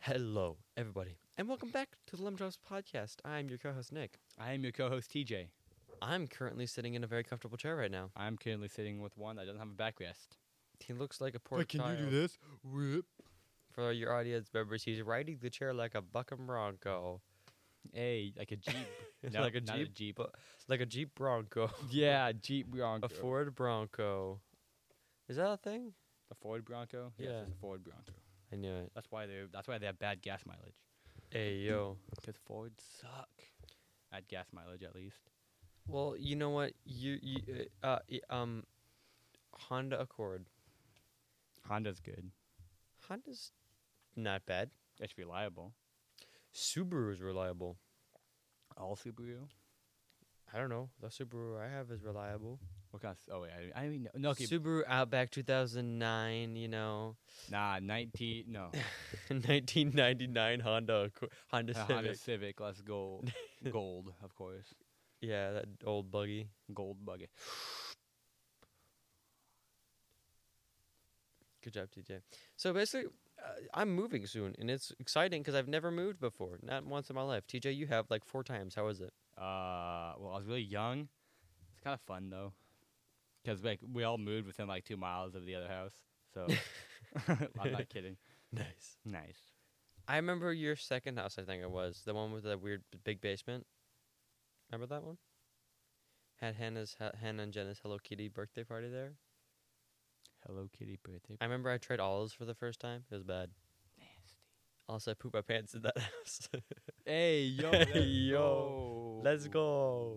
Hello, everybody, and welcome back to the Lemon Drops Podcast. I'm your co-host Nick. I am your co-host TJ. I'm currently sitting in a very comfortable chair right now. I'm currently sitting with one that doesn't have a backrest. He looks like a poor child. this? Whip. For your audience members, he's riding the chair like a bucking bronco, Hey, like a jeep. like a not jeep, but like a jeep bronco, yeah, jeep Bronco. a Ford Bronco. Is that a thing? A Ford Bronco. Yeah. it's a Ford Bronco. I knew it. That's why they. are That's why they have bad gas mileage. Hey yo. Because Fords suck. At gas mileage, at least. Well, you know what? You you uh, uh y- um, Honda Accord. Honda's good. Honda's not bad. It's reliable. Subaru's reliable. All Subaru. I don't know. The Subaru I have is reliable. What kind? Of, oh wait, I, I mean, no, okay. Subaru Outback 2009, you know, nah, nineteen. No, 1999 Honda Acco- Honda a Civic. Honda Civic. Let's go. Gold, of course. Yeah, that old buggy. Gold bucket. Good job, TJ. So basically, uh, I'm moving soon, and it's exciting because I've never moved before, not once in my life. TJ, you have like four times. How is it? Uh, well, I was really young. It's kind of fun though, because like we all moved within like two miles of the other house. So I'm not kidding. Nice. Nice. I remember your second house. I think it was the one with the weird b- big basement. Remember that one? Had Hannah's ha- Hannah and Jenna's Hello Kitty birthday party there. Hello Kitty birthday. I remember I tried olives for the first time. It was bad. Nasty. Also, I pooped my pants in that house. Hey yo, Hey, let's yo, yo, let's go.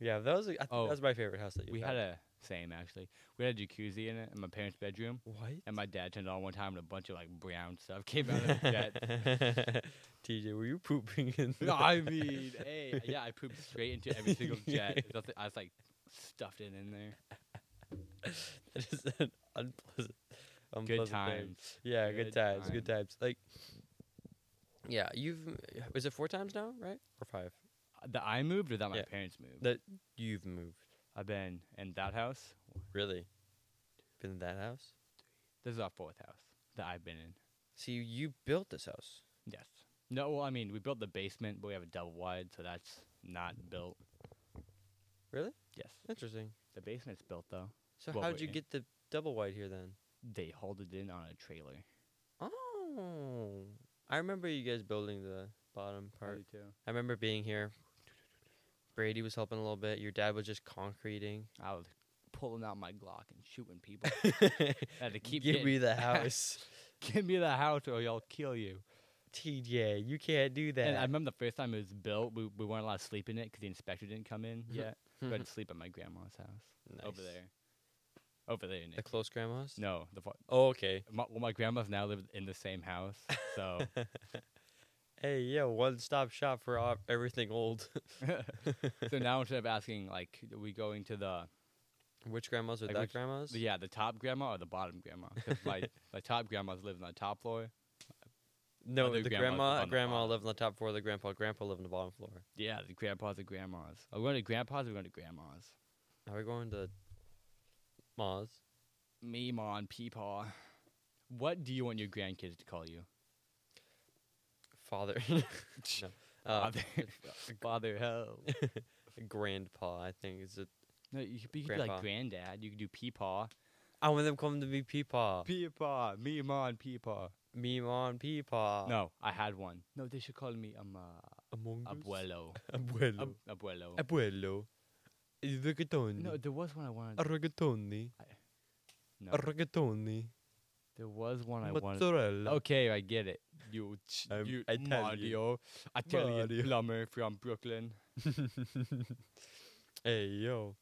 yeah, that was. I think Oh, that was my favorite house that you. We had a same actually. We had a jacuzzi in it in my parents' bedroom, what? and my dad turned it on one time, and a bunch of like brown stuff came out of that. TJ, were you pooping in? No, the- I mean, hey, yeah, I pooped straight into every single jet. There's nothing- I was like stuffed it in there. that is an unpleasant. unpleasant Good thing. times. Yeah, good, Good times. Good times. Like, yeah, you've. Is it four times now, right? Or five? That I moved or that my Yeah. parents moved? That you've moved. I've been in that house. Really? Been in that house? This is our fourth house that I've been in. See, you built this house. Yes. No, well, I mean, we built the basement, but we have a double wide, so that's not built. Really? Yes. Interesting. The basement's built, though. So Well, eh. how'd you wait. get the double wide here then? They hauled it in on a trailer. Oh, I remember you guys building the bottom part. I remember being here. Brady was helping a little bit. Your dad was just concreting. I was pulling out my Glock and shooting people. Give I had to keep me the house, Give me the house or y'all kill you. TJ. You can't do that. And I remember the first time it was built, we, we weren't allowed to sleep in it because the inspector didn't come in yet. we had to sleep at my grandma's house. Over Nice. there. Over there, The Nick. close grandmas. No, the far, Oh, okay. My, well, my grandma's now live in the same house, so Hey, yeah, one stop shop for all, everything old. so now instead of asking like, are we going to the Which grandmas or Like that which- grandmas? the- yeah the top grandma or the bottom grandma? 'Cause my my top grandma's living on the top floor. No, other the grandmas live grandma on the grandma bottom. lived on the top floor. The grandpa grandpa lived on the bottom floor. Yeah, the grandpas and grandmas. Are we going to grandpas? Or are we going to grandmas? Are we going to Ma's? Me, ma, and peepaw. What do you want your grandkids to call you? Father. No. Uh, Father, father, hell. grandpa, I think is it. No, you could, be- you could be Grandpa. like granddad. You could do peepaw. I want them come to me, Peepaw. Peepaw, me, ma, and peepaw. me, mon, Peepaw. No, I had one. No, they should call me um uh, Among abuelo. Abuelo. Ab- abuelo. Abuelo. Il reggaetoni. No, there was one I wanted. Reggaetoni. no, Reggaetoni. there was one I wanted. Mozzarella. Okay, I get it. You, ch- I'm you Italian. Mario, Italian Mario. plumber from Brooklyn. Hey, yo.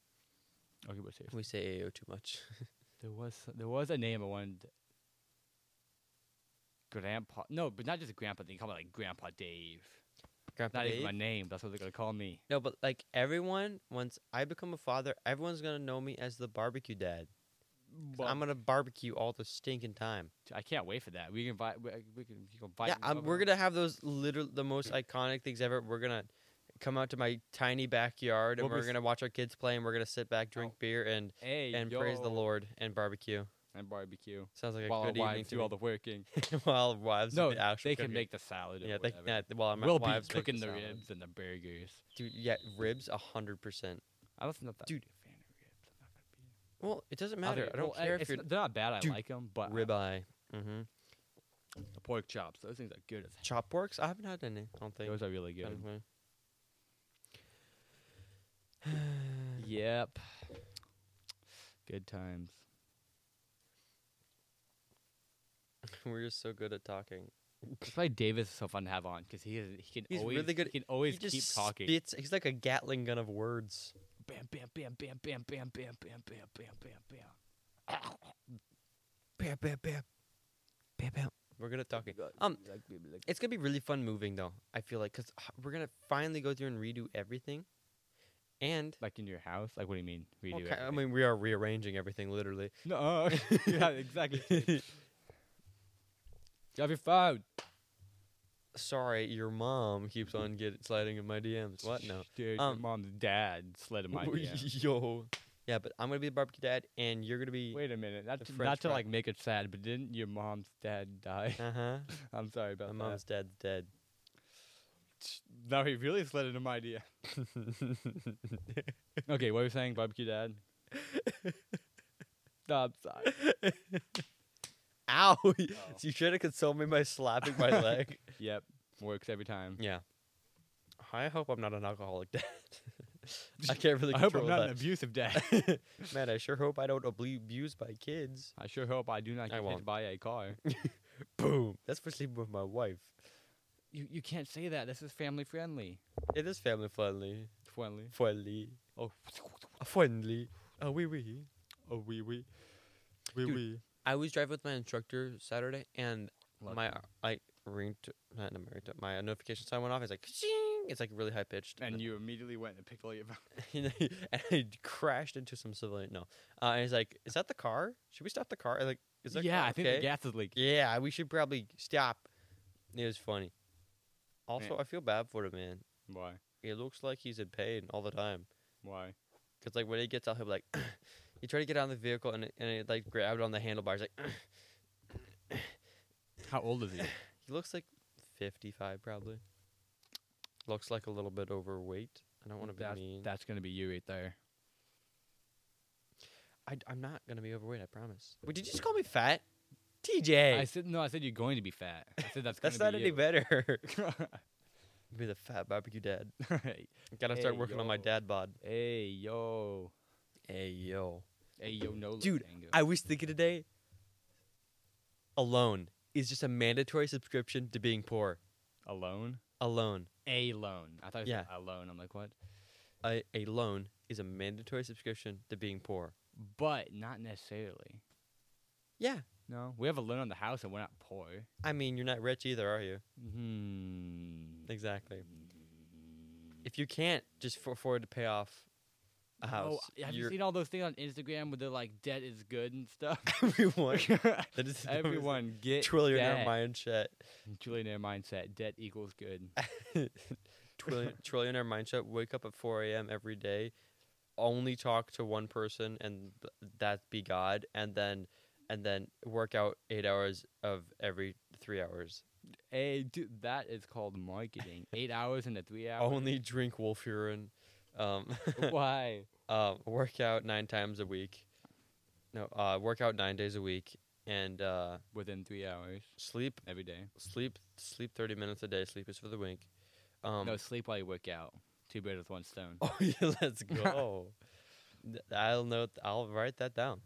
Okay, but seriously, We say Ayo too much. there was there was a name I wanted. Grandpa, no, but not just Grandpa. They call me like Grandpa Dave. Grandpa Not even Dave? my name. That's what they're gonna call me. No, but like everyone, once I become a father, everyone's going to know me as the barbecue dad. 'Cause Well, I'm going to barbecue all the stinking time. I can't wait for that. We can invite. We, uh, we can, you can invite. Yeah, me um, over. we're gonna have those literal the most iconic things ever. We're gonna come out to my tiny backyard and We'll be we're gonna watch our kids play and we're gonna sit back, drink beer, and Hey, and praise the yo. Lord and barbecue. and barbecue Sounds like a while our good evening wives to do all the working. me. while wives No, do the actual they can cooking. make the salad. Or yeah, they, whatever. yeah, while my We'll be wives make cooking the, salad. ribs and the burgers. Dude, yeah, ribs a hundred percent. I was not that Dude. big a fan of ribs. I'm not gonna be. Well, it doesn't I'll matter. take I it. don't Well, care it's if you're n- they're not bad. I Dude, like them, but I- ribeye. Mm-hmm. the pork chops, those things are good as Chop works. I haven't had any. I don't heck. think. Those are really good. anyway. Yep. Good times. We're just so good at talking. That's why Davis is so fun to have on because he is, he can He's always really good- he can always he just keep talking. Spits, he's like a Gatling gun of words. Bam, bam, bam, bam, bam, bam, bam, bam, bam, bam, bam, bam. Bam, bam, bam, bam, bam. We're good at talking. Um, It's gonna be really fun moving though. I feel like because we're gonna finally go through and redo everything, and like in your house? Like what do you mean? We well, do. ki- I mean we are rearranging everything literally. no. yeah, exactly. Drop your phone. Sorry, your mom keeps on get sliding in my DMs. What? No. Dude, your Um, mom's dad slid in my DM. Yo. Yeah, but I'm gonna be the barbecue dad, and you're gonna be. Wait a minute. Not The to, French not to fry. like make it sad, but didn't your mom's dad die? Uh huh. I'm sorry about My that. mom's dad's dead. No, he really slid into my idea. okay, what were you saying, barbecue dad? no, I'm sorry. Ow! Oh. You should have consoled me by slapping my leg. Yep, works every time. yeah. I hope I'm not an alcoholic dad. I can't really I hope control I'm not that. an abusive dad. Man, I sure hope I don't obli- abuse my kids. I sure hope I do not I get won't. hit by a car. Boom. That's for sleeping with my wife. you you can't say that. This is family friendly. It is family friendly. Friendly. Friendly. Oh, Friendly. Oh, wee wee. oh, wee wee, wee Dude, wee. I was driving with my instructor Saturday, and Love my like ring, t- not, not my ringtone, my notification sign went off. It's like, "Shing!" it's like really high pitched, And you immediately went and picked all your. and I crashed into some civilian. No, uh, and he's like, "Is that the car? Should we stop the car?" I'm like, "Is that yeah, car I think okay?" the gas is leaking. yeah, we should probably stop." It was funny. Also, Yeah. I feel bad for the man. Why? It looks like he's in pain all the time. Why? Cause like when he gets out, he'll be like, he tried to get out of the vehicle and it, and it like grabbed on the handlebars. Like How old is he? He looks like 55, probably. Looks like a little bit overweight. I don't want to be that's, mean. That's gonna be you right there. I, am not going to be overweight, I promise. Wait, did you just call me fat? TJ! I said no. I said you're going to be fat. I said that's. that's not gonna any be better. you. be the fat barbecue dad. Right. Gotta start Hey, working on my yo. dad bod. Hey yo. Hey, yo. Hey yo, no. Dude, I was thinking today, alone is just a mandatory subscription to being poor. alone. Alone. A loan. I thought you said Yeah. alone. I'm like what? A, a loan is a mandatory subscription to being poor. But not necessarily. Yeah. No, we have a loan on the house and we're not poor. I mean, you're not rich either, are you? Hmm. Exactly. if you can't just f- afford to pay off a house, Oh, have you you're- seen all those things on Instagram where they're like debt is good and stuff? everyone. that is the dumbest Everyone get trillionaire debt. mindset. trillionaire mindset. Debt equals good. Trillion, trillionaire mindset. Wake up at 4 a.m. every day, only talk to one person, and th- that be God, and then and then work out eight hours of every three hours. Hey, dude, Eh, that is called marketing. Eight hours into three hours. Only drink wolf urine. Um, Why? um, work out nine times a week. No, uh, work out nine days a week, and uh, Within three hours sleep every day. sleep sleep 30 minutes a day sleep is for the wink um no, sleep while you work out. Two birds with one stone. oh yeah let's go Th- i'll note i'll write that down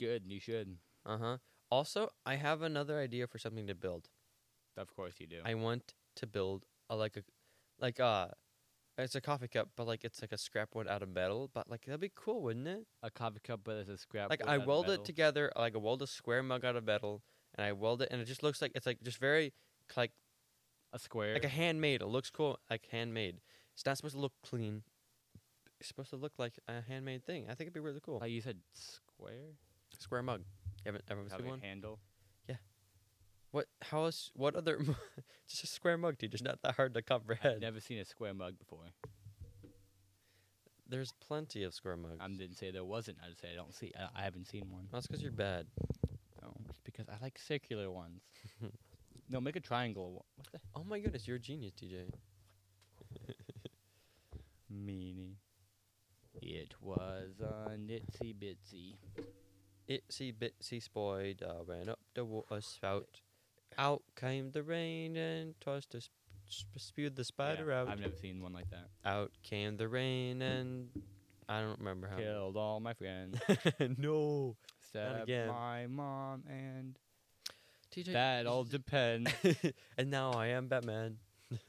Good, you should. uh-huh also i have another idea for something to build Of course you do. i want to build a like a like uh it's a coffee cup but like it's like a scrap one out of metal but like that'd be cool wouldn't it a coffee cup, but it's a scrap. like wood i out of weld metal. it together like i weld a square mug out of metal and i weld it and it just looks like it's like just very like A square. like a handmade. It looks cool, like handmade. It's not supposed to look clean. It's supposed to look like a handmade thing. I think it'd be really cool. Like you said, square. Square mug. You haven't ever Have seen a one? handle. What? How else? What other? mu- just a square mug, dude. It's not that hard to I've comprehend. never seen a square mug before. There's plenty of square mugs. I didn't say there wasn't. I just say I don't see. I, I haven't seen one. That's because you're bad. because I like circular ones. no, make a triangle. one. What the Oh my goodness, you're a genius, DJ. meanie? It was a nitsy bitsy. Itsy bitsy spider uh, ran up the water spout. Out came the rain and tossed the sp- sp- spewed the Yeah, spider out. I've never seen one like that. out came the rain and I don't remember how. Killed all my friends. no. Except again. my mom and TJ. that all depends. and now I am Batman.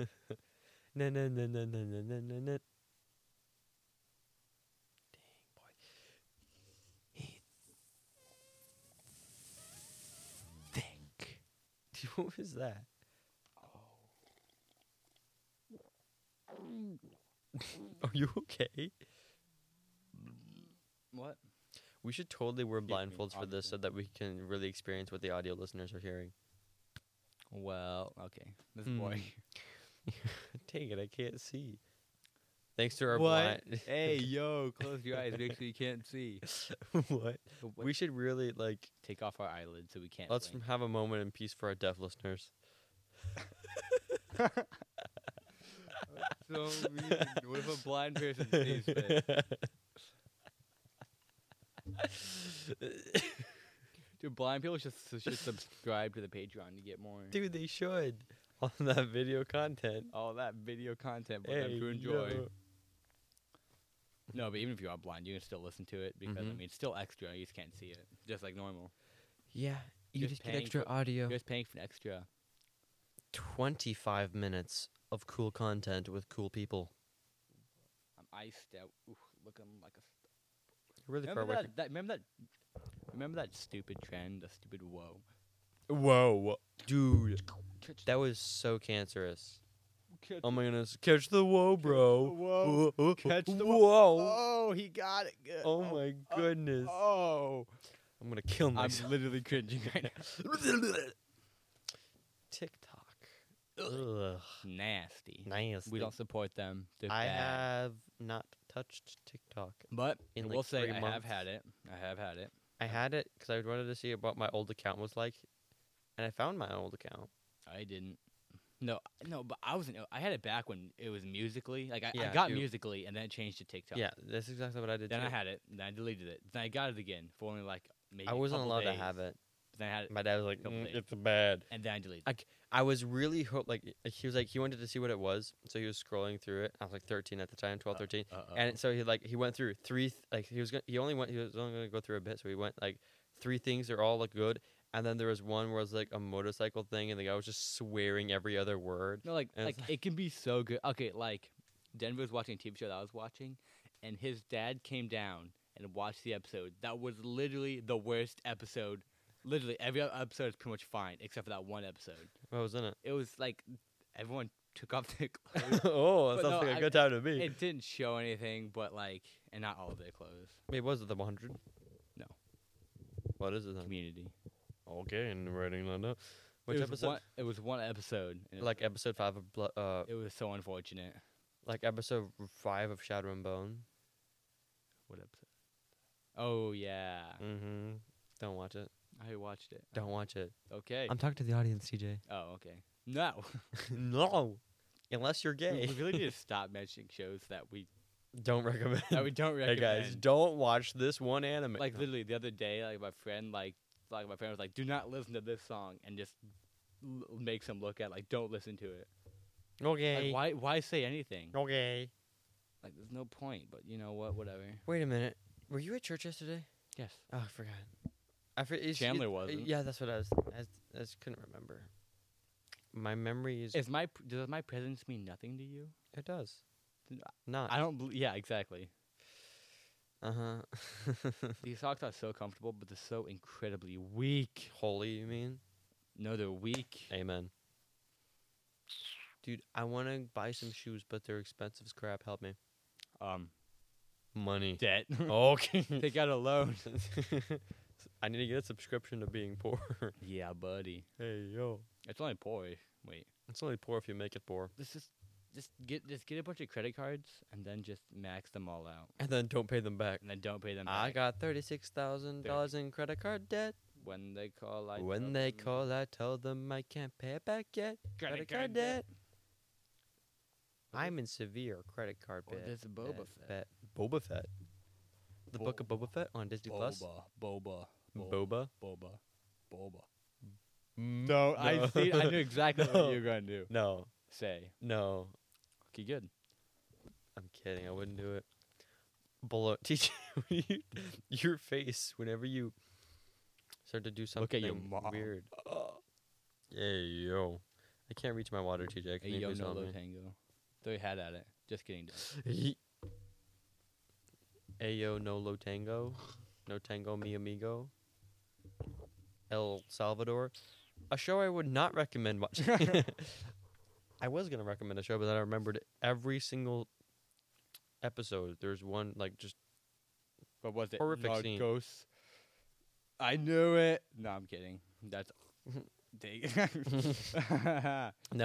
na na na na na na na na na. Dang boy. He think. what was that? Oh, Are you okay? What? We should totally wear Excuse me, blindfolds for this so obviously. that we can really experience what the audio listeners are hearing. Well, okay. This Hmm. boy. Dang it, I can't see. Thanks to our What? blind. hey, yo, close your eyes. Make sure you can't see. what? But what- We should really like take off our eyelids so we can't. let's blink. have a moment in peace for our deaf listeners. so mean. What if a blind person sees this? Dude, blind people should, s- should subscribe to the Patreon to get more. Dude, they should on that video content. All that video content for Hey, them to enjoy. yo. No, but even if you are blind, you can still listen to it because I Mhm. mean, it's still extra. You just can't see it, just like normal. Yeah, you Just just, get paying extra audio. You're just paying for an extra. um, 25 minutes of cool content with cool people. I'm iced out. Oof, looking like a. st- You're really Remember far away. that, that? Remember that? Remember that stupid trend? The stupid whoa. From- Whoa, dude. That was so cancerous. Catch- Oh my goodness. Catch the whoa, bro. whoa. Whoa, whoa, um, Catch the whoa. whoa. Oh, he got it good. Oh my goodness. Oh. I'm going to kill I'm myself. literally cringing right now. TikTok. Ugh. Nasty. Nice. We don't support them. They're I bad. have not touched TikTok. But in, I like, will say three I have months. had it. I have had it. I had it because I wanted to see what my old account was like, and I found my old account. I didn't. No, no, but I wasn't. I had it back when it was musically. Like I, Yeah, I got you- musically, and then it changed to TikTok. Yeah, that's exactly what I did. Then too. I had it. Then I deleted it. Then I got it again for only like maybe. I a wasn't couple allowed days. to have it. Then I had it, My dad was like, couple "Mm, days. "It's bad." and then I deleted. I, I was really hope like he was like he wanted to see what it was, so he was scrolling through it. I was like 13 at the time, Uh, 12, 13. it. Uh-oh. and so he like he went through three th- like he was gonna, he only went he was only gonna go through a bit so he went like three things they are all look good and then there was one where it was like a motorcycle thing and the guy was just swearing every other word no, like and like it's it can be so good. Okay, like Denver was watching a TV show that I was watching, and his dad came down and watched the episode. That was literally the worst episode. Literally every other episode is pretty much fine except for that one episode. what was in it It was like everyone took off their clothes. oh that But sounds like no, a I- good time to me it didn't show anything, but like, and not all of their clothes. wait was it the 100 No. what is it then Community. okay and writing that down which it was episode One, it was one episode. and it- like episode five of Blo- uh it was so unfortunate. like episode five of Shadow and Bone What episode? Oh yeah, mm-hmm don't watch it I watched it. don't watch it Okay. Mm. I'm talking to the audience CJ oh okay. No, no unless you're we gay we really need to stop mentioning shows that we Don't recommend. that we don't hey recommend. guys, don't watch this one anime. like No. literally the other day, like my friend, like like my friend was like, "Do not listen to this song," and just l- makes him look at like, "Don't listen to it." okay, Like, why why say anything? okay. Like, there's no point. But you know what? Whatever. Wait a minute. Were you at church yesterday? Yes. Oh, I forgot. I for, it's- Chandler it- wasn't. Yeah, that's what I was. I, was- I just couldn't remember. My memory is. Is my p- does my presence mean nothing to you? it does. uh, Then Not. I don't. bel yeah, exactly. Uh huh. These socks are so comfortable, but they're so incredibly weak. Holy, you mean? No, they're weak. Amen. Dude, I want to buy some shoes, but they're expensive as crap. Help me. Um, Money. debt. Okay. Take out a loan. I need to get a subscription to being poor. yeah, buddy. hey yo. It's only poor. Wait, It's only poor if you make it poor. let's just just get just get a bunch of credit cards and then just max them all out And then don't pay them back. and then don't pay them. I back. got thirty six thousand dollars in credit card debt. When they call, I when tell they them- call, I tell them I can't pay it back yet. Gotta Credit get card that. debt. I'm in severe credit card Or debt. there's a Boba debt, Fett. bet- Boba Fett. The book of Boba Fett on Disney Plus. Boba, Boba, Boba, Boba. Mm, Boba, Boba. No, Oh, I see. I knew exactly No. what you were gonna do. No, Say, no. okay, good. I'm kidding. I wouldn't do it. Below, TJ, when you- your face whenever you start to do Look at something your mom. weird. Hey yo, I can't reach my water, TJ. I Hey, can yo, use no on low me. tango. Throw your hat at it. Just kidding. don't. Ye- Ayo no lo tango. No tango mi amigo. El Salvador. A show I would not recommend watching. I was gonna recommend a show, but then I remembered every single episode. There's one like just What was it? Horrific scene. Narcos. I knew it. No, I'm kidding. That's. Dang. now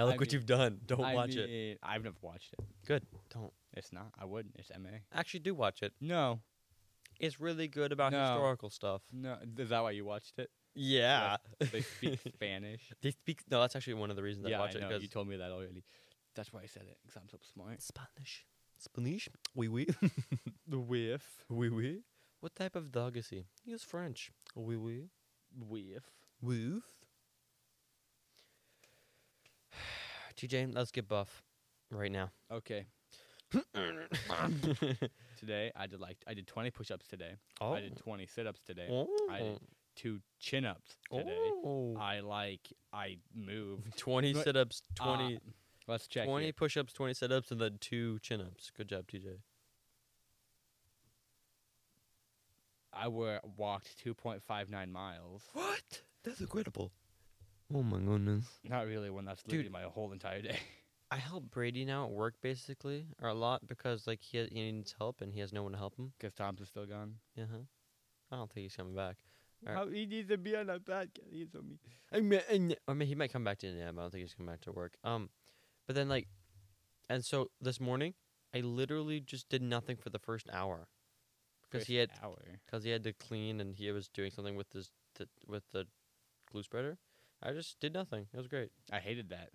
look I what mean- you've done. Don't I watch it. mean, I've never watched it. Good. Don't It's not. I wouldn't. It's MA. actually do watch it. No. It's really good about No. historical stuff. No. Is that why you watched it? Yeah. They speak Spanish. They speak. No, that's actually one of the reasons I watch I it know. because you told me that already. That's why I said it because I'm so smart. Spanish. Spanish. Oui oui. The whiff. Oui, oui. What type of dog is he? He is French. Oui, oui. Whiff. Woof. TJ, let's get buff right now. Okay. Today I did like I did 20 push-ups today. oh. I did 20 sit-ups today. oh. I did two chin-ups today. Oh. I like I moved. 20 But, sit ups, uh, 20, Let's check. 20 here. push ups, 20 sit ups, and then two chin ups. Good job, TJ. I were walked 2.59 miles. What? That's incredible. Oh my goodness. Not really when that's Dude. literally my whole entire day. I help Brady now at work basically, or a lot, because like he, he needs help and he has no one to help him. Because Tom's is still gone. Uh huh. I don't think he's coming back. Alright. How he needs to be on a podcast. He's on me. I mean, and- I mean, he might come back to Indiana, but I don't think he's coming back to work. Um, but then like, and so this morning, I literally just did nothing for the first hour, because he had First hour. because he had to clean and he was doing something with this th- with the glue spreader. I just did nothing. It was great. I hated that.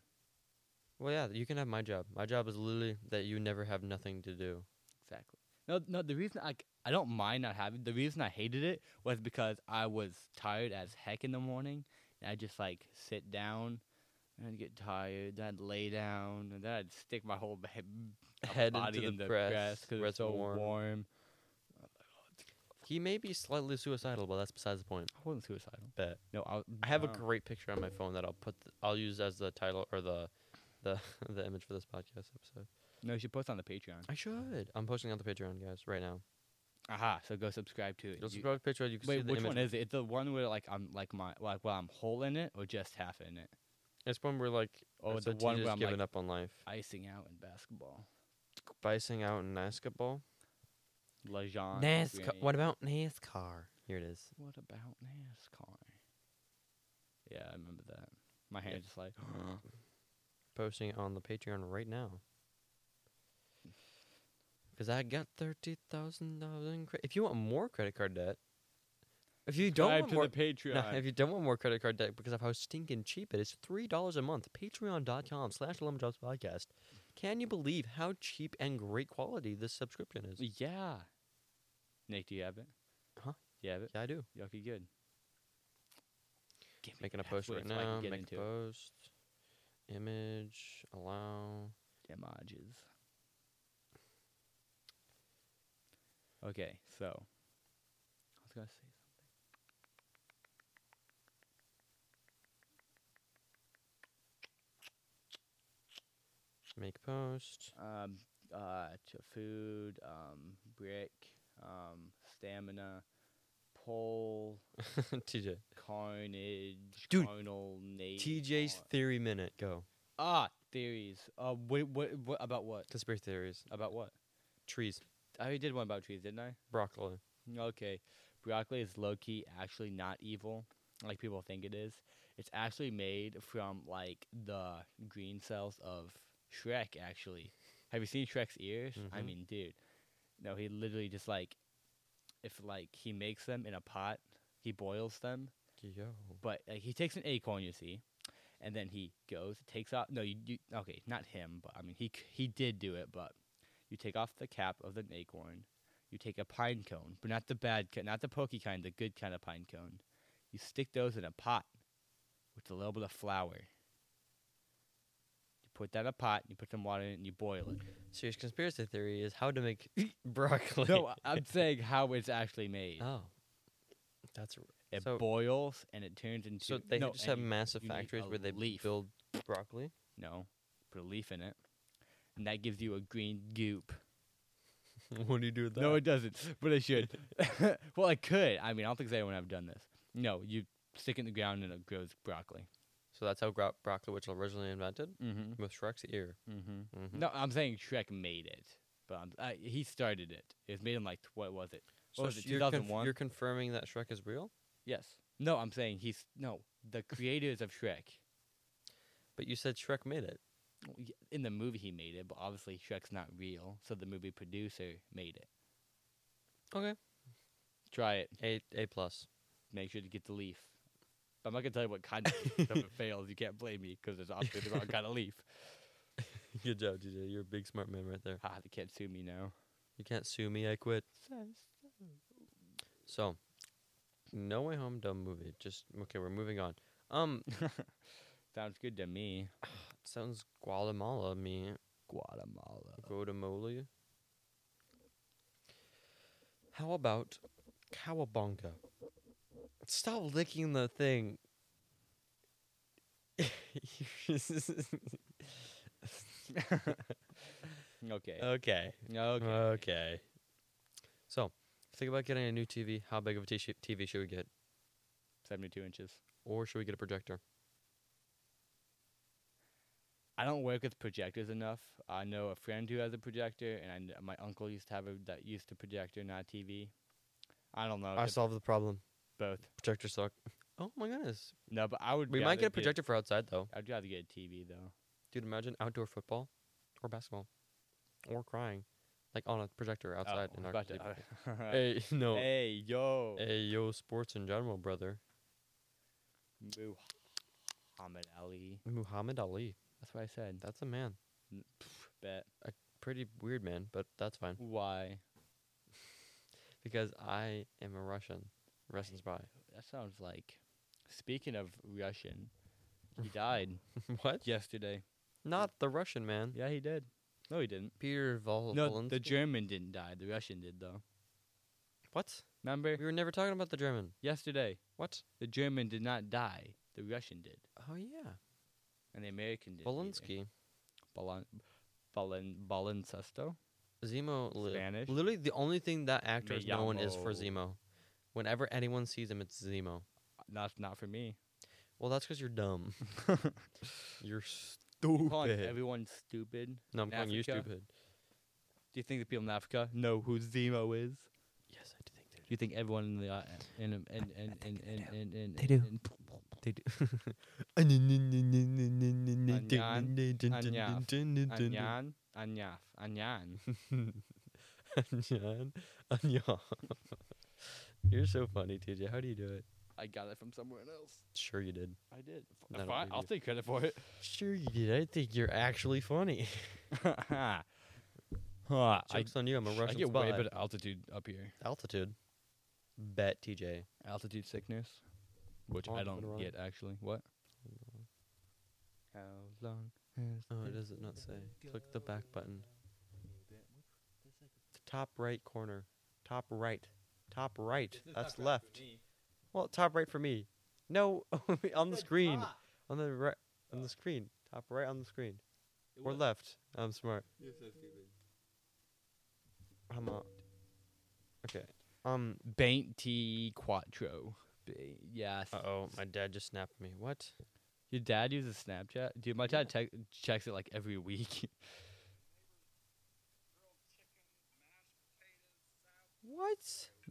Well, yeah, you can have my job. My job is literally that you never have nothing to do. Exactly. No, no. The reason I c- I don't mind not having the reason I hated it was because I was tired as heck in the morning, and I just like sit down, and I'd get tired, then I'd lay down, and then I'd stick my whole he- my Head body into in the the press, because where it's it's so warm. warm. He may be slightly suicidal, but that's besides the point. I wasn't suicidal. Bet. No, I, I have a no. great picture on my phone that I'll put. Th- I'll use as the title or the, the the image for this podcast episode. no. You should post on the Patreon. I should. I'm posting on the Patreon, guys, right now. Aha! So go subscribe to it. You'll You- subscribe to Patreon. You can see wait, the which image. one is it? It's the one where like I'm like my like well I'm whole in it or just half in it. It's when we're like, Oh, oh, the one where I'm giving like up on life, icing out in basketball. spicing out in basketball. Lejean. NASCAR. Green. What about NASCAR? Here it is. What about NASCAR? Yeah, I remember that. My hand's just like Posting it on the Patreon right now. Cause I got thirty thousand dollars in. Cre- if you want more credit card debt, if you don't subscribe want to more the Patreon. Now, if you don't want more credit card debt because of how stinking cheap it is, three dollars a month. Patreon.com slash Jobs Podcast. Can you believe how cheap and great quality this subscription is? yeah. Nick, do you have it? Huh? You have it? Yeah, I do. Okay, good. Give me Making a the post right password so I can now. get Make a into it. post. Image. Allow. Images. Okay, so I was gonna say Make post. um, uh, ch- food, um, brick, um, stamina, pole, TJ. carnage, Dude, carnal nate. TJ's car- theory minute. Go. ah theories. Uh, what, what, what about what? Conspiracy theories. About what? Trees. I already did one about trees, didn't I? Broccoli. Okay, broccoli is low key actually not evil, like people think it is. It's actually made from like the green cells of Shrek. Actually, have you seen Shrek's ears? I Mhm. mean, dude, no, he literally just like if like he makes them in a pot, he boils them, Yo. But uh, he takes an acorn, you see, and then he goes, takes off. No, you, you okay? Not him, but I mean, he c- he did do it. But you take off the cap of the acorn. You take a pine cone, but not the bad, ki- not the pokey kind, the good kind of pine cone. You stick those in a pot with a little bit of flour. You put that in a pot. You put some water in it, and you boil it. Serious conspiracy theory is how to make broccoli. no, I- I'm saying how it's actually made. Oh. That's r- It so- boils and it turns into. so they no, just have and massive you need factories a where they leaf. build broccoli. No, put a leaf in it, and that gives you a green goop. what do you do with No, it doesn't, but I should. well, I could. I mean, I don't think anyone have done this. No, you stick it in the ground and it grows broccoli. so that's how gro- broccoli was originally invented Mm-hmm. with Shrek's ear. Mm-hmm. Mm-hmm. No, I'm saying Shrek made it, but I'm, I, he started it. It was made in like tw- what was it? so was it, you're, conf- 2001? you're confirming that Shrek is real, Yes. No, I'm saying he's no the creators of Shrek. but you said Shrek made it. Well, y- In the movie, he made it, but obviously Shrek's not real, so the movie producer made it. Okay. Try it. A A plus. make sure to get the leaf. But I'm not gonna tell you what kind of leaf. 'cause if it fails, you can't blame me because it's obviously the wrong kind of leaf. Good job, DJ. You're a big smart man right there. Ah, they can't sue me now. You can't sue me. I quit. So, No Way Home, dumb movie. Just okay. We're moving on. Um, Sounds good to me. sounds Guatemala me Guatemala. Guatemala. How about Cowabunga? Stop licking the thing. Okay. okay. Uh, okay. Okay. So, think about getting a new TV. How big of a t- sh- TV should we get? 72 inches. Or should we get a projector? I don't work with projectors enough. I know a friend who has a projector, and I kn- my uncle used to have a that used to projector, not TV. I don't know. I if it's solved the problem. both. Projectors suck. Oh my goodness. No, but I would. We might rather get a projector for outside though. I'd rather get a TV though. Dude, imagine outdoor football or basketball or crying like on a projector outside Oh, in I our was about gazebo. to- Hey, no. Hey. hey, yo. yo, sports in general, brother. Muhammad Ali. Muhammad Ali. That's what I said. That's a man. Bet. Pretty weird man, but that's fine Why? because I am a Russian. Russian spy. That sounds like. Speaking of Russian, he died what? yesterday. Not the Russian man. Yeah, he did. No, he didn't. Peter Vol- No, the Volinsky? German didn't die. The Russian did, though. What? Remember? We were never talking about the German. Yesterday, What? the German did not die. The Russian did. Oh yeah, And the American did. Volinsky. Bolon. Bolon. Boloncesto? Zemo. Li- Spanish? Literally, the only thing that actor is known is for Miyamo. Zemo. Whenever anyone sees him, it's Zemo. That's not for me. Well, that's because you're dumb. you're I'm calling stupid. everyone stupid. No, I'm calling you Africa? stupid. Do you think the people in Africa know who Zemo is? Yes, I think Do you think everyone in the uh, in in in in in in, in They do. in- they do. Anyan. Anyan, Anyaf, Anyan. Anyan. Anyan. You're so funny, TJ. How do you do it? I got it from somewhere else. Sure, you did. I did. No, no, Fine, you I'll do. take credit for it. Sure, you did. I think you're actually funny. Ha. I, I Jokes on you. I'm a Russian get spy. way better altitude up here. altitude. Bet TJ. Altitude sickness, which Long I has it been don't around? get actually. What? How long? has Oh, it does it not say? Click the back button. The top right corner. Top right. Top right. That's left. Well, top right for me. No, on the screen. On the right. On the screen. Top right on the screen. Or left. I'm smart. I'm a. Okay. Um. Bainty Quattro. Ba- Yes. Uh oh, my dad just snapped me. What? Your dad uses Snapchat? Dude, my dad te- checks it like every week. What?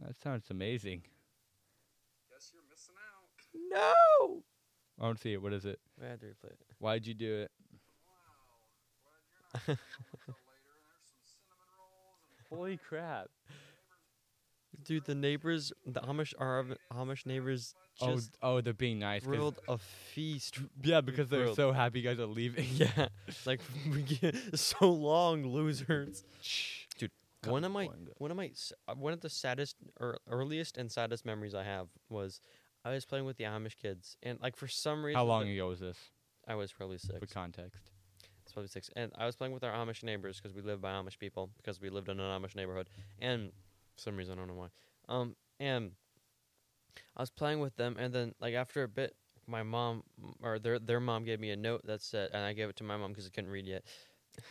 that sounds amazing. Guess you're missing out. No! I don't see it. What is it? We had to replay it. Why'd you do it? Wow. Well, you're not gonna know until later. There's some cinnamon rolls and Holy crap. dude, the neighbors, the Amish are Amish neighbors Oh, just oh, they're being nice. 'cause- grilled a feast. yeah, because they're grilled. so happy you guys are leaving. Yeah, like we get so long, losers. Shh. One of my Going good. one of my s- uh, one of the saddest or earliest and saddest memories I have was I was playing with the Amish kids and like for some reason How long the- ago was this? I was probably six. For context. It's probably six. And I was playing with our Amish neighbors because we live by Amish people because we lived in an Amish neighborhood. And for some reason, I don't know why. Um, and I was playing with them, and then like after a bit, my mom or their their mom gave me a note that said, and I gave it to my mom because I couldn't read yet.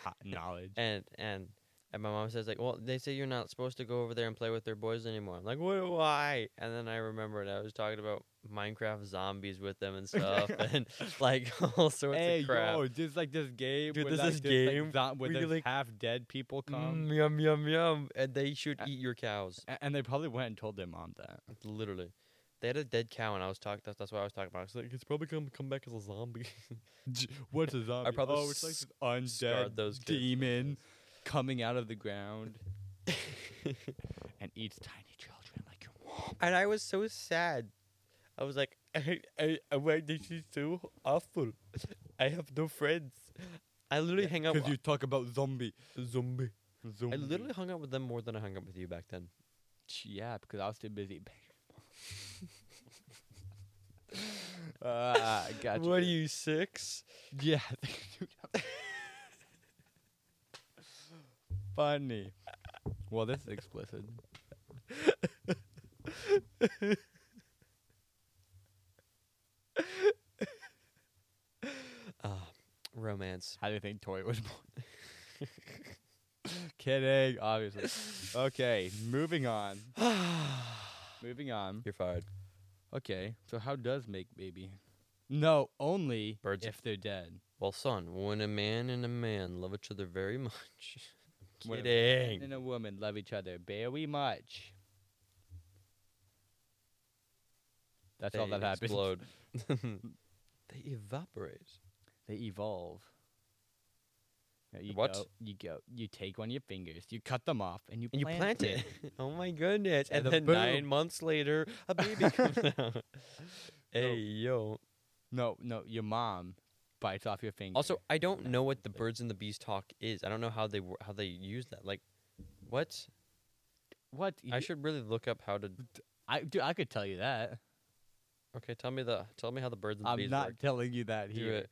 Hot knowledge. And and and my mom says like, well, they say you're not supposed to go over there and play with their boys anymore. I'm like, what? Why? And then I remembered I was talking about Minecraft zombies with them and stuff, and like all sorts hey, of crap. yo, this like this game. Dude, where, there's like, this there's, like, game zo- where where you, there's like- half dead people come, Mm, yum yum yum, and they should Uh, eat your cows. a- and they probably went and told their mom that. Literally, they had a dead cow, and I was talking. That's, that's what I was talking about. I was like, it's probably gonna come back as a zombie. What's a zombie? probably oh, it's like this undead scarred those kids. demon coming out of the ground and eats tiny children like your mom. and I was so sad. I was like, I, I, I, why this is so awful. I have no friends. I literally hang out. Because you talk about zombie. zombie. zombie. I literally hung out with them more than I hung out with you back then. Ch- Yeah, because I was too busy. banging your mom. uh, gotcha. What are you six? Yeah. dude. Funny. Well, this is explicit. Ah, Romance. How do you think Tori was born? Kidding, obviously. Okay, moving on. Moving on. You're fired. Okay, so how does make baby? No, only Birds- if they're dead. Well, son, when a man and a man love each other very much. When a Kidding. Man and a woman love each other very much. That's all They that happens. Explode. they evaporate. They evolve. Now you What? Go, you go. You take one of your fingers. You cut them off, and you And you plant plant it. oh my goodness. And, And then then nine boom. months later, a baby comes out. Hey, yo. No, no. Your mom bites off your finger. Also, I don't know what the birds and the bees talk is. I don't know how they wo- how they use that. Like, what? what? You, I should really look up how to. I dude, I could tell you that. Okay, tell me the tell me how the birds and the I'm bees not work. telling you that Do here. it.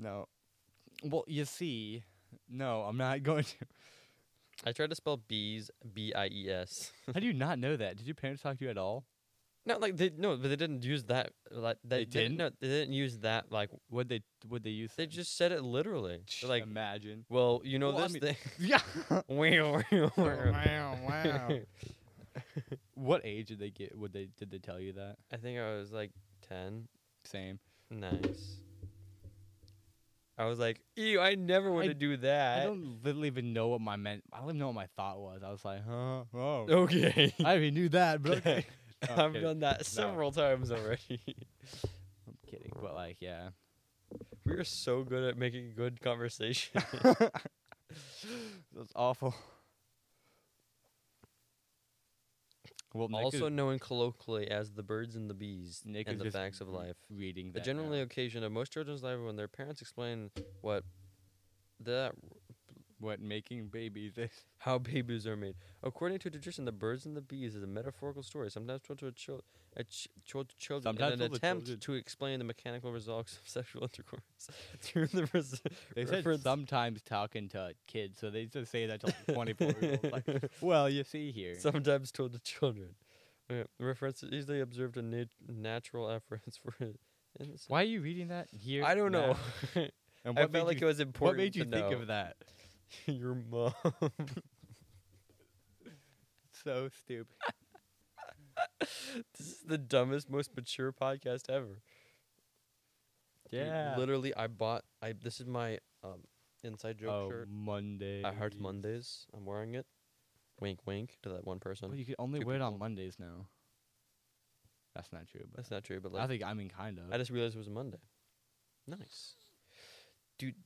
No. Well, you see, no, I'm not going to. I tried to spell bees B I E S. How do you not know that? Did your parents talk to you at all? Not like they no, but they didn't use that. Like they, They didn't? No, they didn't use that. Like Would they? Would they use? they that? just said it literally. They're like, imagine. well, you know Well, I this mean- thing. Yeah. wow, wow, wow. what age did they get? Would they? Did they tell you that? I think I was like ten. Same. Nice. I was like, ew, I never want I- to do I, that. don't literally even know what my meant. I don't even know what my thought was. I was like, huh? Oh. Okay. I already knew that, but okay. No, I'm I've kidding. done that several times already. I'm kidding, but like, yeah. we are so good at making good conversation. That's awful. Well, Nick also is known colloquially as the birds and the bees Nick and is the just facts of life. reading The that. now. generally occasion of most children's life when their parents explain what the what making babies is. how babies are made. According to tradition, the birds and the bees is a metaphorical story, sometimes told to a child, a ch- told to children, in Sometimes an told to attempt children. to explain the mechanical results of sexual intercourse through the res- They said reference- sometimes talking to kids, so they just say that to like 24 year olds. Like, well, you see here. sometimes told to children. Okay, reference is easily observed in nat- natural efforts for it. Why are you reading that here? I don't know. now? And I what made felt like you, it was what important. made you to think know. of that? Your mom. So stupid. this is the dumbest, most mature podcast ever. Dude, Yeah. Literally, I bought. I this is my um inside joke oh, shirt. Monday. I heart Mondays. I'm wearing it. Wink, wink to that one person. Well, you can only two wear it on people. Mondays now. That's not true, but That's not true, but I like think I mean kind of. I just realized it was a Monday. Nice, dude.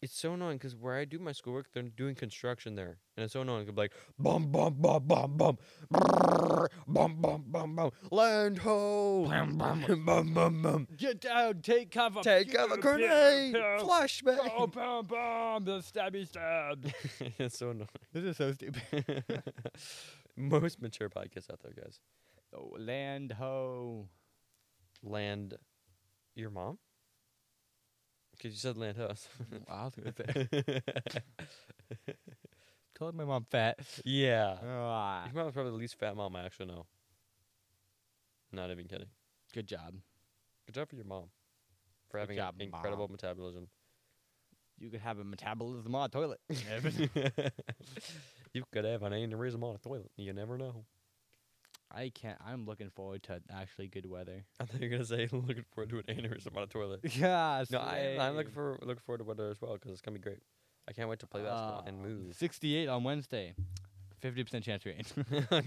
it's so annoying because where I do my schoolwork, they're doing construction there, and it's so annoying. Could be like bum bum bum bum bum, brrr, bum bum bum bum, land ho, bum bum bum bum, bum. Get down, take cover. take out a grenade, flashbang. bomb, bomb, Oh, the stabby stab. it's so annoying. This is so stupid. Most mature podcasts out there, guys. Oh, land ho. Land, your mom? Because you said land house. I was gonna say. Called my mom fat. yeah. Ah, Your mom's probably the least fat mom I actually know. Not even kidding. good job. Good job for your mom for Good having job, an incredible metabolism. You could have a metabolism on a toilet. you could have an aneurysm on a toilet. You never know. I can't. I'm looking forward to actually good weather. I thought you were gonna say looking forward to an aneurysm on a toilet. Yeah. No, I, I'm looking for looking forward to weather as well because it's gonna be great. I can't wait to play basketball and move. 68 on Wednesday. 50% chance rain. I,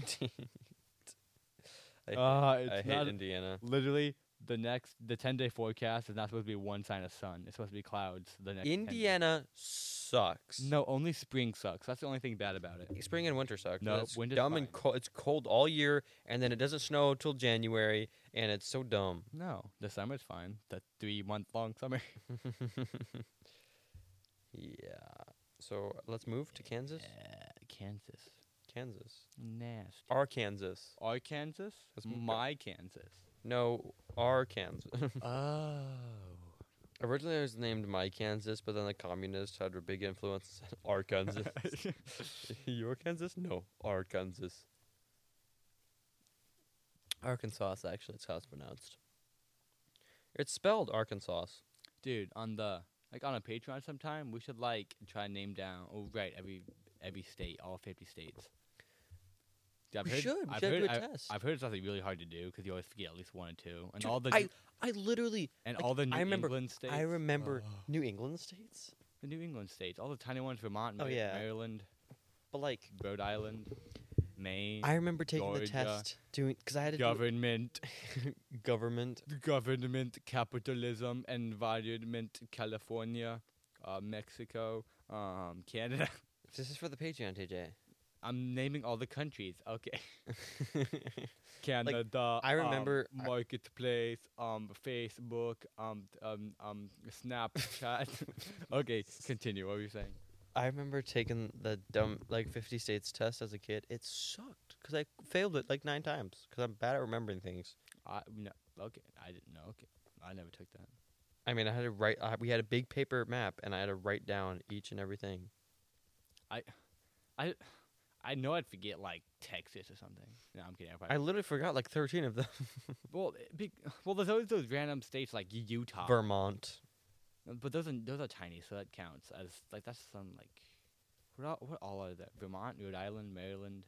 Ah, hate- I it's hate not- Indiana. Literally, the next the 10 day forecast is not supposed to be one sign of sun. It's supposed to be clouds. The next 10 days. Indiana sucks. No, only spring sucks. That's the only thing bad about it. Spring and winter sucks. No, it's winter's dumb and fine. cold. It's cold all year, and then it doesn't snow till January, and it's so dumb. No, the summer's fine. The three month long summer. yeah. So let's move to Kansas. Yeah, Uh, Kansas. Kansas. Nasty. Our Kansas. Our Kansas? Let's move to- My Kansas. No, our Kansas. Oh. Originally, it was named my Kansas, but then the communists had a big influence. and said, Our Kansas. Your Kansas? No, our Kansas. Arkansas, actually, it's how it's pronounced. It's spelled Arkansas. Dude, on the like on a Patreon sometime, we should like try and name down oh right, every every state, all fifty states. Yeah, I've We heard- should. We I've should heard, do a I, test. I've heard it's something really hard to do because you always forget at least one or two, and Dude, all the I, New- I literally and like, all the New I remember England states. I remember Ugh. New England states, the New England states, all the tiny ones: Vermont, Oh, Mar- yeah. Maryland, but like Rhode Island, Maine. I remember taking the Georgia. test doing because I had to do government, it- government. government, capitalism, environment, California, uh, Mexico, um, Canada. This is for the Patreon, TJ. I'm naming all the countries. Okay. Canada. I um, remember- I- marketplace. Um, Facebook. Um, t- um, um, Snapchat. okay, continue. What were you saying? I remember taking the dumb like fifty states test as a kid. It sucked because I failed it like nine times because I'm bad at remembering things. I no. Okay, I didn't know. Okay, I never took that. I mean, I had to write. I, we had a big paper map, and I had to write down each and everything. I know I'd forget like Texas or something. No, I'm kidding. I I probably, literally forgot like thirteen of them. well, it be, well, there's always those random states like Utah. Vermont. Uh, But those are those are tiny, so that counts as like that's some like what all, what all are that? Vermont, Rhode Island, Maryland,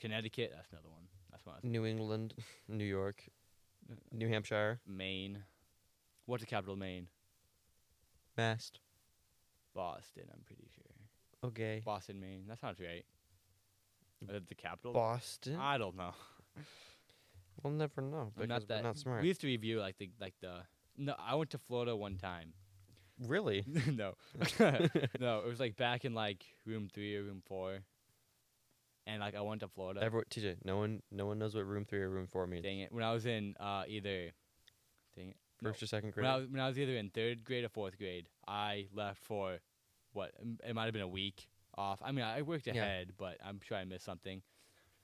Connecticut. That's another one. That's one. I was New England, New York, Uh, New Hampshire, Maine. What's the capital of Maine? Mass. Boston. I'm pretty sure. Okay. Boston, Maine. That sounds right. Is it the capital? Boston. I don't know. we'll never know I'm because not that we're not smart. We used to review like the like the. No, I went to Florida one time. really? no, no, it was like back in like room three or room four, and like I went to Florida. Everyone, TJ, no one, no one knows what room three or room four means. Dang it! When I was in uh, either, dang it, no. First or second grade. when I was when I was either in third grade or fourth grade, I left for what m- it might have been a week off. I mean, I worked Yeah. ahead, but I'm sure I missed something.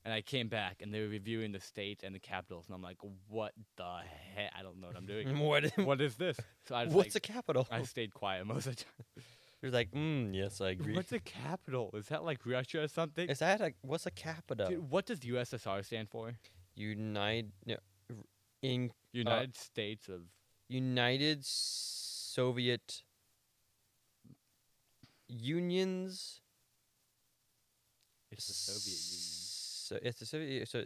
And I came back, and they were reviewing the states and the capitals, and I'm like, "What the heck? I don't know what I'm doing. what? what is this?" So I just, What's a like, capital? I stayed quiet most of the time. You're like, mm, yes, I agree. What's a capital? Is that like Russia or something? Is that a what's a capita? Dude, what does USSR stand Uh, for? United, no, r- in United States of United Soviet Unions. it's the Soviet Union. So it's the Soviet Union. So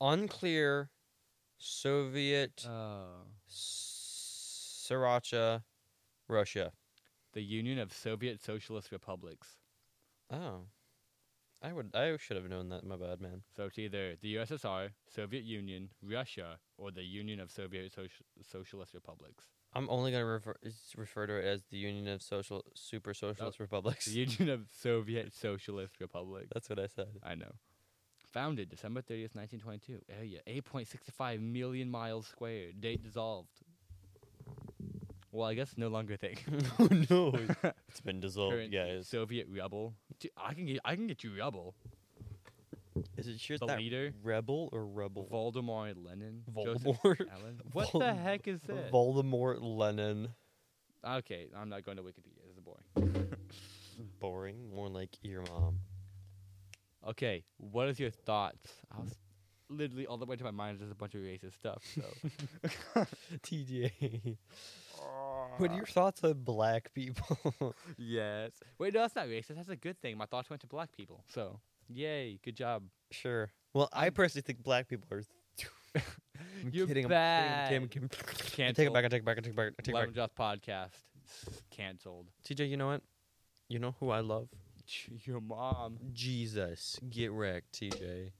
unclear Soviet Oh. Sriracha, Russia. The Union of Soviet Socialist Republics. Oh, I would. I should have known that. My bad, man. So it's either the USSR, Soviet Union, Russia, or the Union of Soviet Soci- Socialist Republics. I'm only gonna refer s- refer to it as the Union of Social Super Socialist Republics. The Union of Soviet Socialist Republics. That's what I said. I know. Founded December 30th, 1922. Area 8.65 million miles squared. Date dissolved. Well, I guess no longer a thing. oh no, it's been dissolved, Current guys. Soviet rebel. Dude, I can get I can get you rebel. Is it sure the that leader? rebel or rebel? Voldemort Lenin. Joseph Voldemort. Stalin. What the Vol- heck is this? Voldemort Lennon. okay, I'm not going to Wikipedia. This is boring. Boring. More like your mom. Okay, what is your thoughts? I was literally all the way to my mind is just a bunch of racist stuff. So TJ. What are your thoughts on black people? yes. Wait, no, that's not racist. That's a good thing. My thoughts went to black people. So yay, good job. sure. Well, I personally think black people are. I'm You're kidding. bad. I'm kidding. I'm kidding. I'm kidding. I take it back. I take it back. I take it back. I take it Lemon back. Drop podcast s- canceled. TJ, you know what? You know who I love? Ch- Your mom. Jesus. Get wrecked, TJ.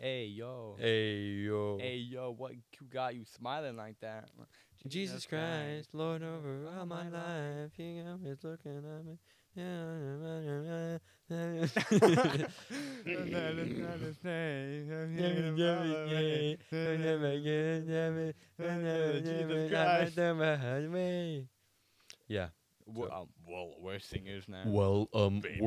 Hey yo. Hey, yo. Hey yo, what you got you smiling like that? Jesus Christ, Lord over all my life, He always looking at me. Jesus Christ. Yeah. Well, um, well, we're singers now. Well, um, Baby,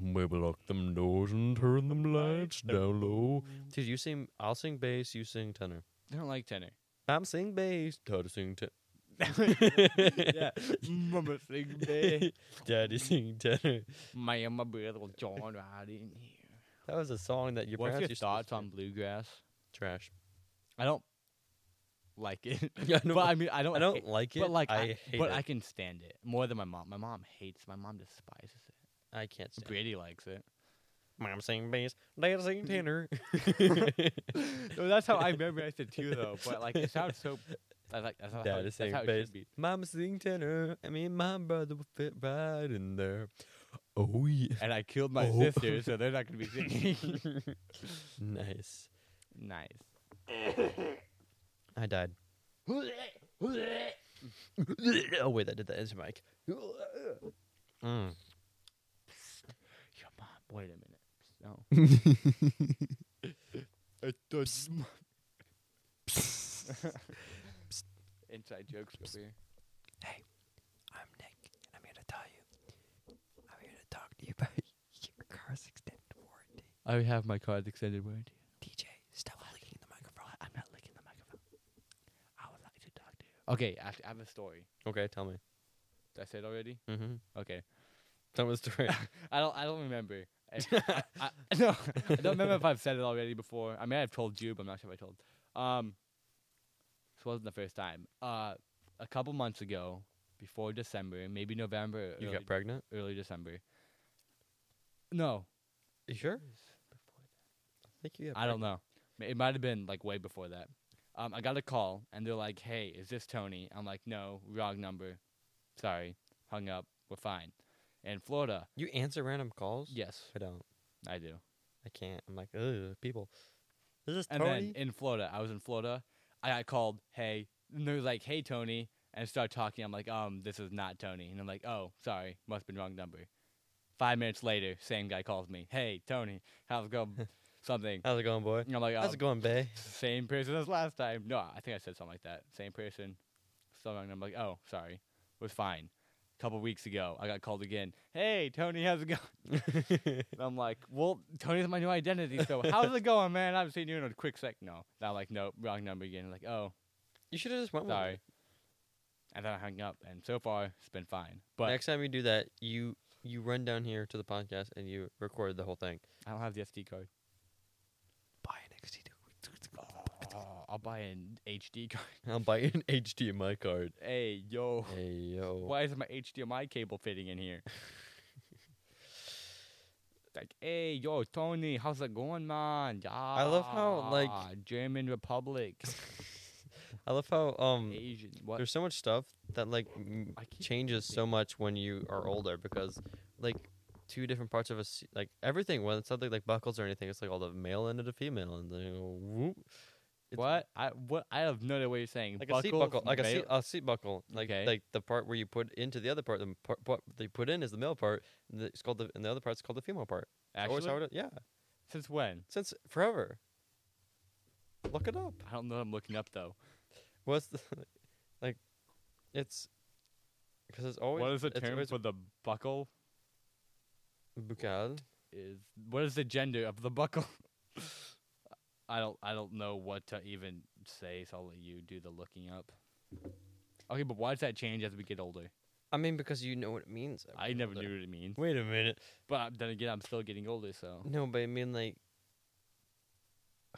maybe lock them doors and turn them lights down low. Dude, you sing. I'll sing bass. You sing tenor. I don't like tenor. I'm sing bass. Todd sing tenor. yeah, mama sing bass. Daddy sing tenor. My my brother John right in here. That was a song that your What's parents your used to listen thoughts on bluegrass? to. trash. I don't like it. Yeah, I know. but I mean, I don't. I hate- don't like it. But like, I, I, hate but it. I can stand it more than my mom. My mom hates. My mom despises it. I, can't stand. it. Brady likes it. Mom sing bass, dad sing tenor. No, that's how I memorized it too, though. But like, it sounds so. I like. That's not how, Dad is it- that's saying how it bass. should be. Mom sing tenor. I mean, my brother will fit right in there. Oh yeah, And I killed my Oh. sister, so they're not gonna be singing. nice. nice. I died. oh wait, I did that into mic. Mm. Your mom. Wait a minute. No. Inside jokes over here. Ah. I'm Nick, and I'm here to tell you. I'm here to talk to you about your car's extended warranty. I have my card's extended warranty. DJ, stop licking the microphone. I'm not licking the microphone. I would like to talk to you. Okay, I have, I have a story. Okay, tell me. Did I say it already? Mm-hmm. Okay. Tell me the story. I don't. I don't remember. If- I, I, no, I don't remember if I've said it already before. I mean, I've told you, but I'm not sure if I told. Um, this wasn't the first time. Uh, a couple months ago, before December, maybe November, or you early, got pregnant? early December. No, You sure? I think you. Got I don't know. Ma- It might have been like way before that. Um, I got a call and they're like, "Hey, is this Tony?" I'm like, "No, wrong number. Sorry." Hung up. We're fine. In Florida, You answer random calls? yes, I don't. I do. I can't. I'm like, ugh, people. This is And Tony. then in Florida, I was in Florida. I got called, "Hey," and they was like, "Hey, Tony," and start talking. I'm like, "Um, this is not Tony," and I'm like, "Oh, sorry, must have been wrong number." Five minutes later, same guy calls me, "Hey, Tony, how's it going?" Something. How's it going, boy? And I'm like, How's "Um, it going, Bay? same person as last time. No, I think I said something like that. Same person. Still wrong. I'm like, oh, sorry. Was fine. A couple weeks ago, I got called again. Hey, Tony, how's it going? And I'm like, well, Tony's my new identity. So how's it going, man? I haven't seen you in a quick sec. No. And I'm like, nope, wrong number again. I'm like, oh, you should have just went. with sorry. it. And then I hung up, and so far it's been fine. But Next time you do that, you you run down here to the podcast and you record the whole thing. I don't have the SD card. Buy an XD. Oh, I'll buy an HD card. I'll buy an HDMI card. Hey, yo. Hey yo. Why is my HDMI cable fitting in here? like, hey, yo, Tony, how's it going, man? Yeah, I love how, like- German Republic, I love how um Asian. What? there's so much stuff that like m- I keep changes so much when you are older because like two different parts of us like everything when it's something like buckles or anything it's like all the male end and the female and then you know, whoop It's what? I what? I have no idea what you're saying. Like a seat buckle, Buckle, like a mail- seat, a seat buckle, like Okay. like the part where you put into the other part. The part what they put in is the male part. And the, it's called the, and the other part's called the female part. It's always Actually, how it- yeah, since when? since forever. Look it up. I don't know. What I'm looking up though. What's the like? It's because it's always what is the it's term always for the buckle? buccal. Is what is the gender of the buckle? I don't. I don't know what to even say. So I'll let you do the looking up. Okay, but why does that change as we get older? I mean, because you know what it means. I every never older. knew what it means. Wait a minute. But then again, I'm still getting older, so No, but I mean like.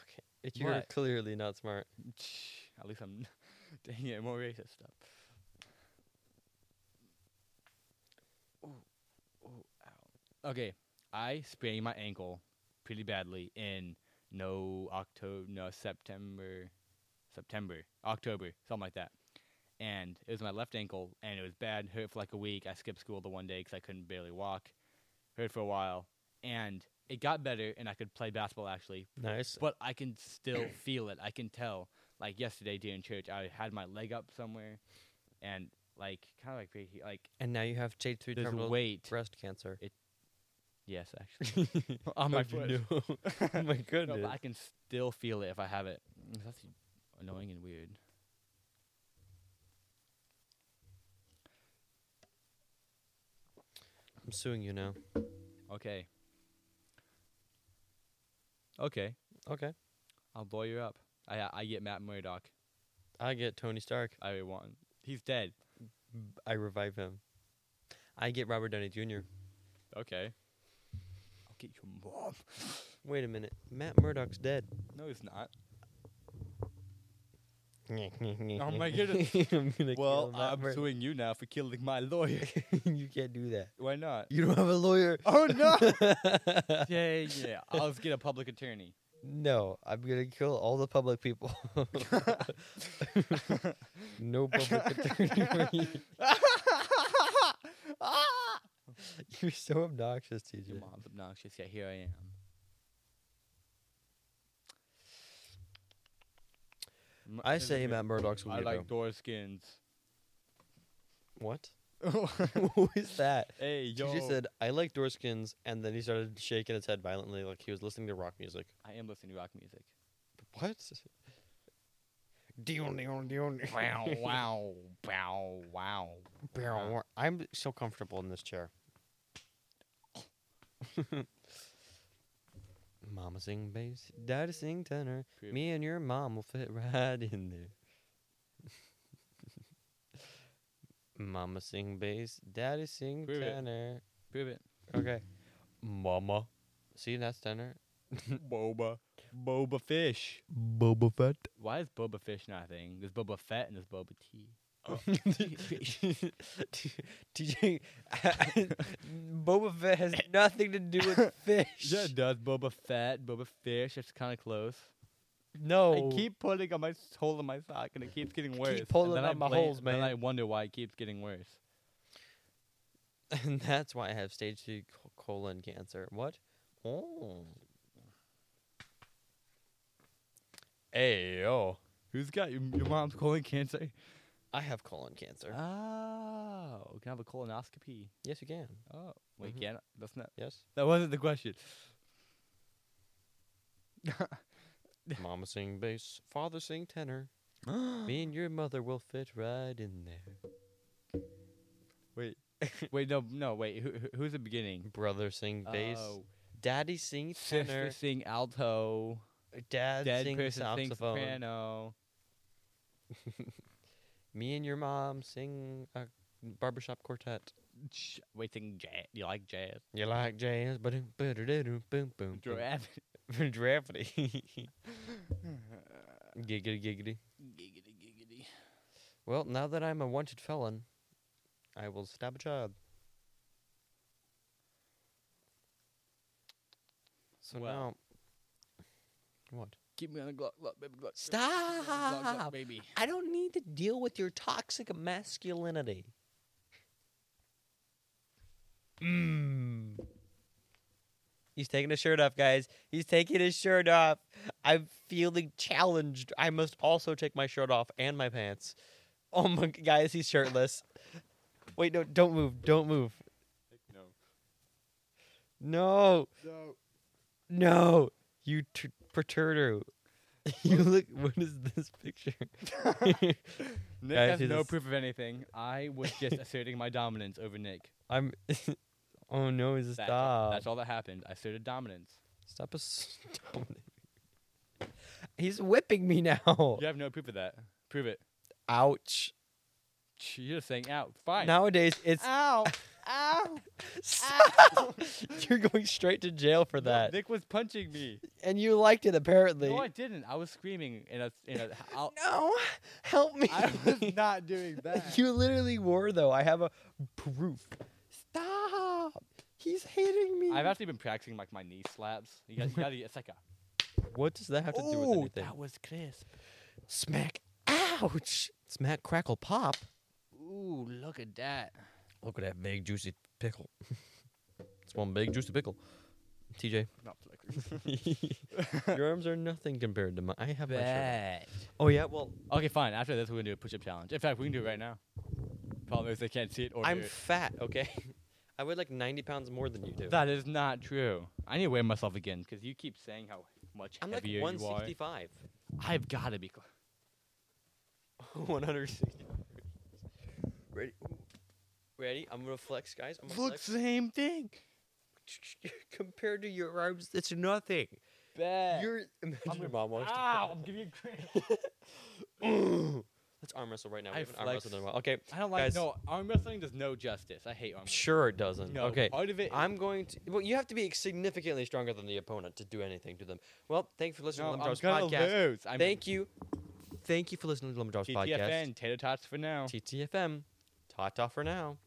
Okay, it- you're What? clearly not smart. at least I'm. Dang it, more racist stuff. Okay, I sprained my ankle pretty badly in no October, no September, September, October, something like that. And it was my left ankle, and it was bad. Hurt for like a week. I skipped school the one day because I couldn't barely walk. Hurt for a while, and it got better, and I could play basketball actually Nice. but I can still feel it. I can tell. Like yesterday during church, I had my leg up somewhere, and like kind of like right here, like And now you have stage three there's terminal weight. breast cancer. Yes, actually, on my How'd you foot. know? oh my No, goodness. but I can still feel it if I have it. Mm, That's annoying and weird. I'm suing you now. Okay. Okay, Okay. I'll blow you up. I I- I get Matt Murdock. I get Tony Stark. I want. He's dead. I revive him. I get Robert Downey Jr. Okay. I'll get your mom. Wait a minute. Matt Murdock's dead. No, he's not. oh my goodness. I'm gonna Well, kill Matt I'm Murdock. suing you now for killing my lawyer. you can't do that. Why not? You don't have a lawyer. Oh no! yeah, yeah. I'll just get a public attorney. No, I'm gonna kill all the public people. no public attorney. for you. You're so obnoxious, TJ. Your mom's obnoxious. Yeah, here I am. M- I is say it- Matt Murdock's I weirdo. like door skins. what? Who is that? hey, yo. He just said, "I like Doorskins," and then he started shaking his head violently, like he was listening to rock music. I am listening to rock music. What? Deal, deal, deal. wow, wow, wow, wow. Barrel war- I'm so comfortable in this chair. Mama sing bass, daddy sing tenor. Creep. Me and your mom will fit right in there. Mama sing bass, daddy sing Prove it. tenor. Prove it. Okay. Mama. See, that's tenor. Boba. Boba fish. Boba Fett. Why is Boba fish not a thing? There's Boba Fett and there's Boba Tea. Oh. TJ, Boba Fett has nothing to do with fish. Yeah, it does. Boba Fett, Boba Fish. It's kind of close. no. I keep putting on my s- hole in my sock, and it keeps getting worse. and pulling then I out my blame- holes, man. Then I wonder why it keeps getting worse. and that's why I have stage two co- colon cancer. What? Oh. Hey yo, Who's got your, your mom's colon cancer? I have colon cancer. Oh, we can have a colonoscopy. yes, you can. Oh, wait, Mhm. yeah, that's not. Yes. That wasn't the question. Mama sing bass, father sing tenor. Me and your mother will fit right in there. wait, wait, no, no, wait. Who, who- who's the beginning? Brother sing bass, Oh, daddy sing tenor. sister sing alto. Dad Dead sings person sings saxophone. soprano. Me and your mom sing a barbershop quartet. Ch- Wait, sing jazz. You like jazz? You like jazz? Ba-doom, ba-da-da-doom, boom, boom, boom. Giraffe. Gravity. giggity, giggity. giggity, giggity. Well, now that I'm a wanted felon, I will stab a child. So Well. now, what? Keep me on the Glock, Glock, baby, Glock. Glock, Glock, Stop! baby. I don't need to deal with your toxic masculinity. Mm. He's taking his shirt off, guys. He's taking his shirt off. I'm feeling challenged. I must also take my shirt off and my pants. Oh my guys, he's shirtless. Wait, no, don't move. Don't move. No. No. No. No. You t- perturter. You look what is this picture? Nick Guys, has he's a no s- proof of anything. I was just asserting my dominance over Nick. I'm Oh no, is this That's, stop. that's all that happened. I asserted dominance. Stop us. Stop it. He's whipping me now. You have no proof of that. Prove it. Ouch. Ch- You're just saying out. Fine. Nowadays, it's. Ow. Ow. Stop. You're going straight to jail for No, that. Nick was punching me. And you liked it, apparently. No, I didn't. I was screaming in a in a. I'll, No, help me. I was not doing that. you literally were, though. I have a proof. Stop. He's hitting me. I've actually been practicing like my knee slaps. You gotta, you gotta it's like a. what does that have to do with Ooh, anything? that was crisp. Smack. Ouch. Smack, crackle, pop. Ooh, look at that. Look at that big, juicy pickle. it's one big, juicy pickle. TJ. Not flickering. Your arms are nothing compared to mine. I have my shirt. Bad. Oh yeah, well Okay, fine. After this, we're gonna do a push-up challenge. In fact, we can do it right now. Problem is, they can't see it or I'm hear it. fat. Okay, I weigh like 90 pounds more than you do. That is not true. I need to weigh myself again because you keep saying how much I'm like heavier you are. 165. I've got to be. Cl- 160. Ready? Ready? I'm gonna flex, guys. I'm gonna flex. same thing. Compared to your arms, it's nothing. Bad. You're. Imagine your mom watched. Ow! I'm giving you cramp. Let's arm wrestle right now. I We haven't arm flex. wrestled in a while. Okay. I don't like. Guys. No, arm wrestling does no justice. I hate arm. wrestling. Sure, it doesn't. No, okay. Part of it. I'm going to. Well, you have to be significantly stronger than the opponent to do anything to them. Well, thanks for listening no, to I'm Lemon Drops gonna Podcast. lose. I'm Thank you. Thank you for listening to Lemon Drops Podcast. TTFN, Tater Tots for now. TTFM. Ta ta for now.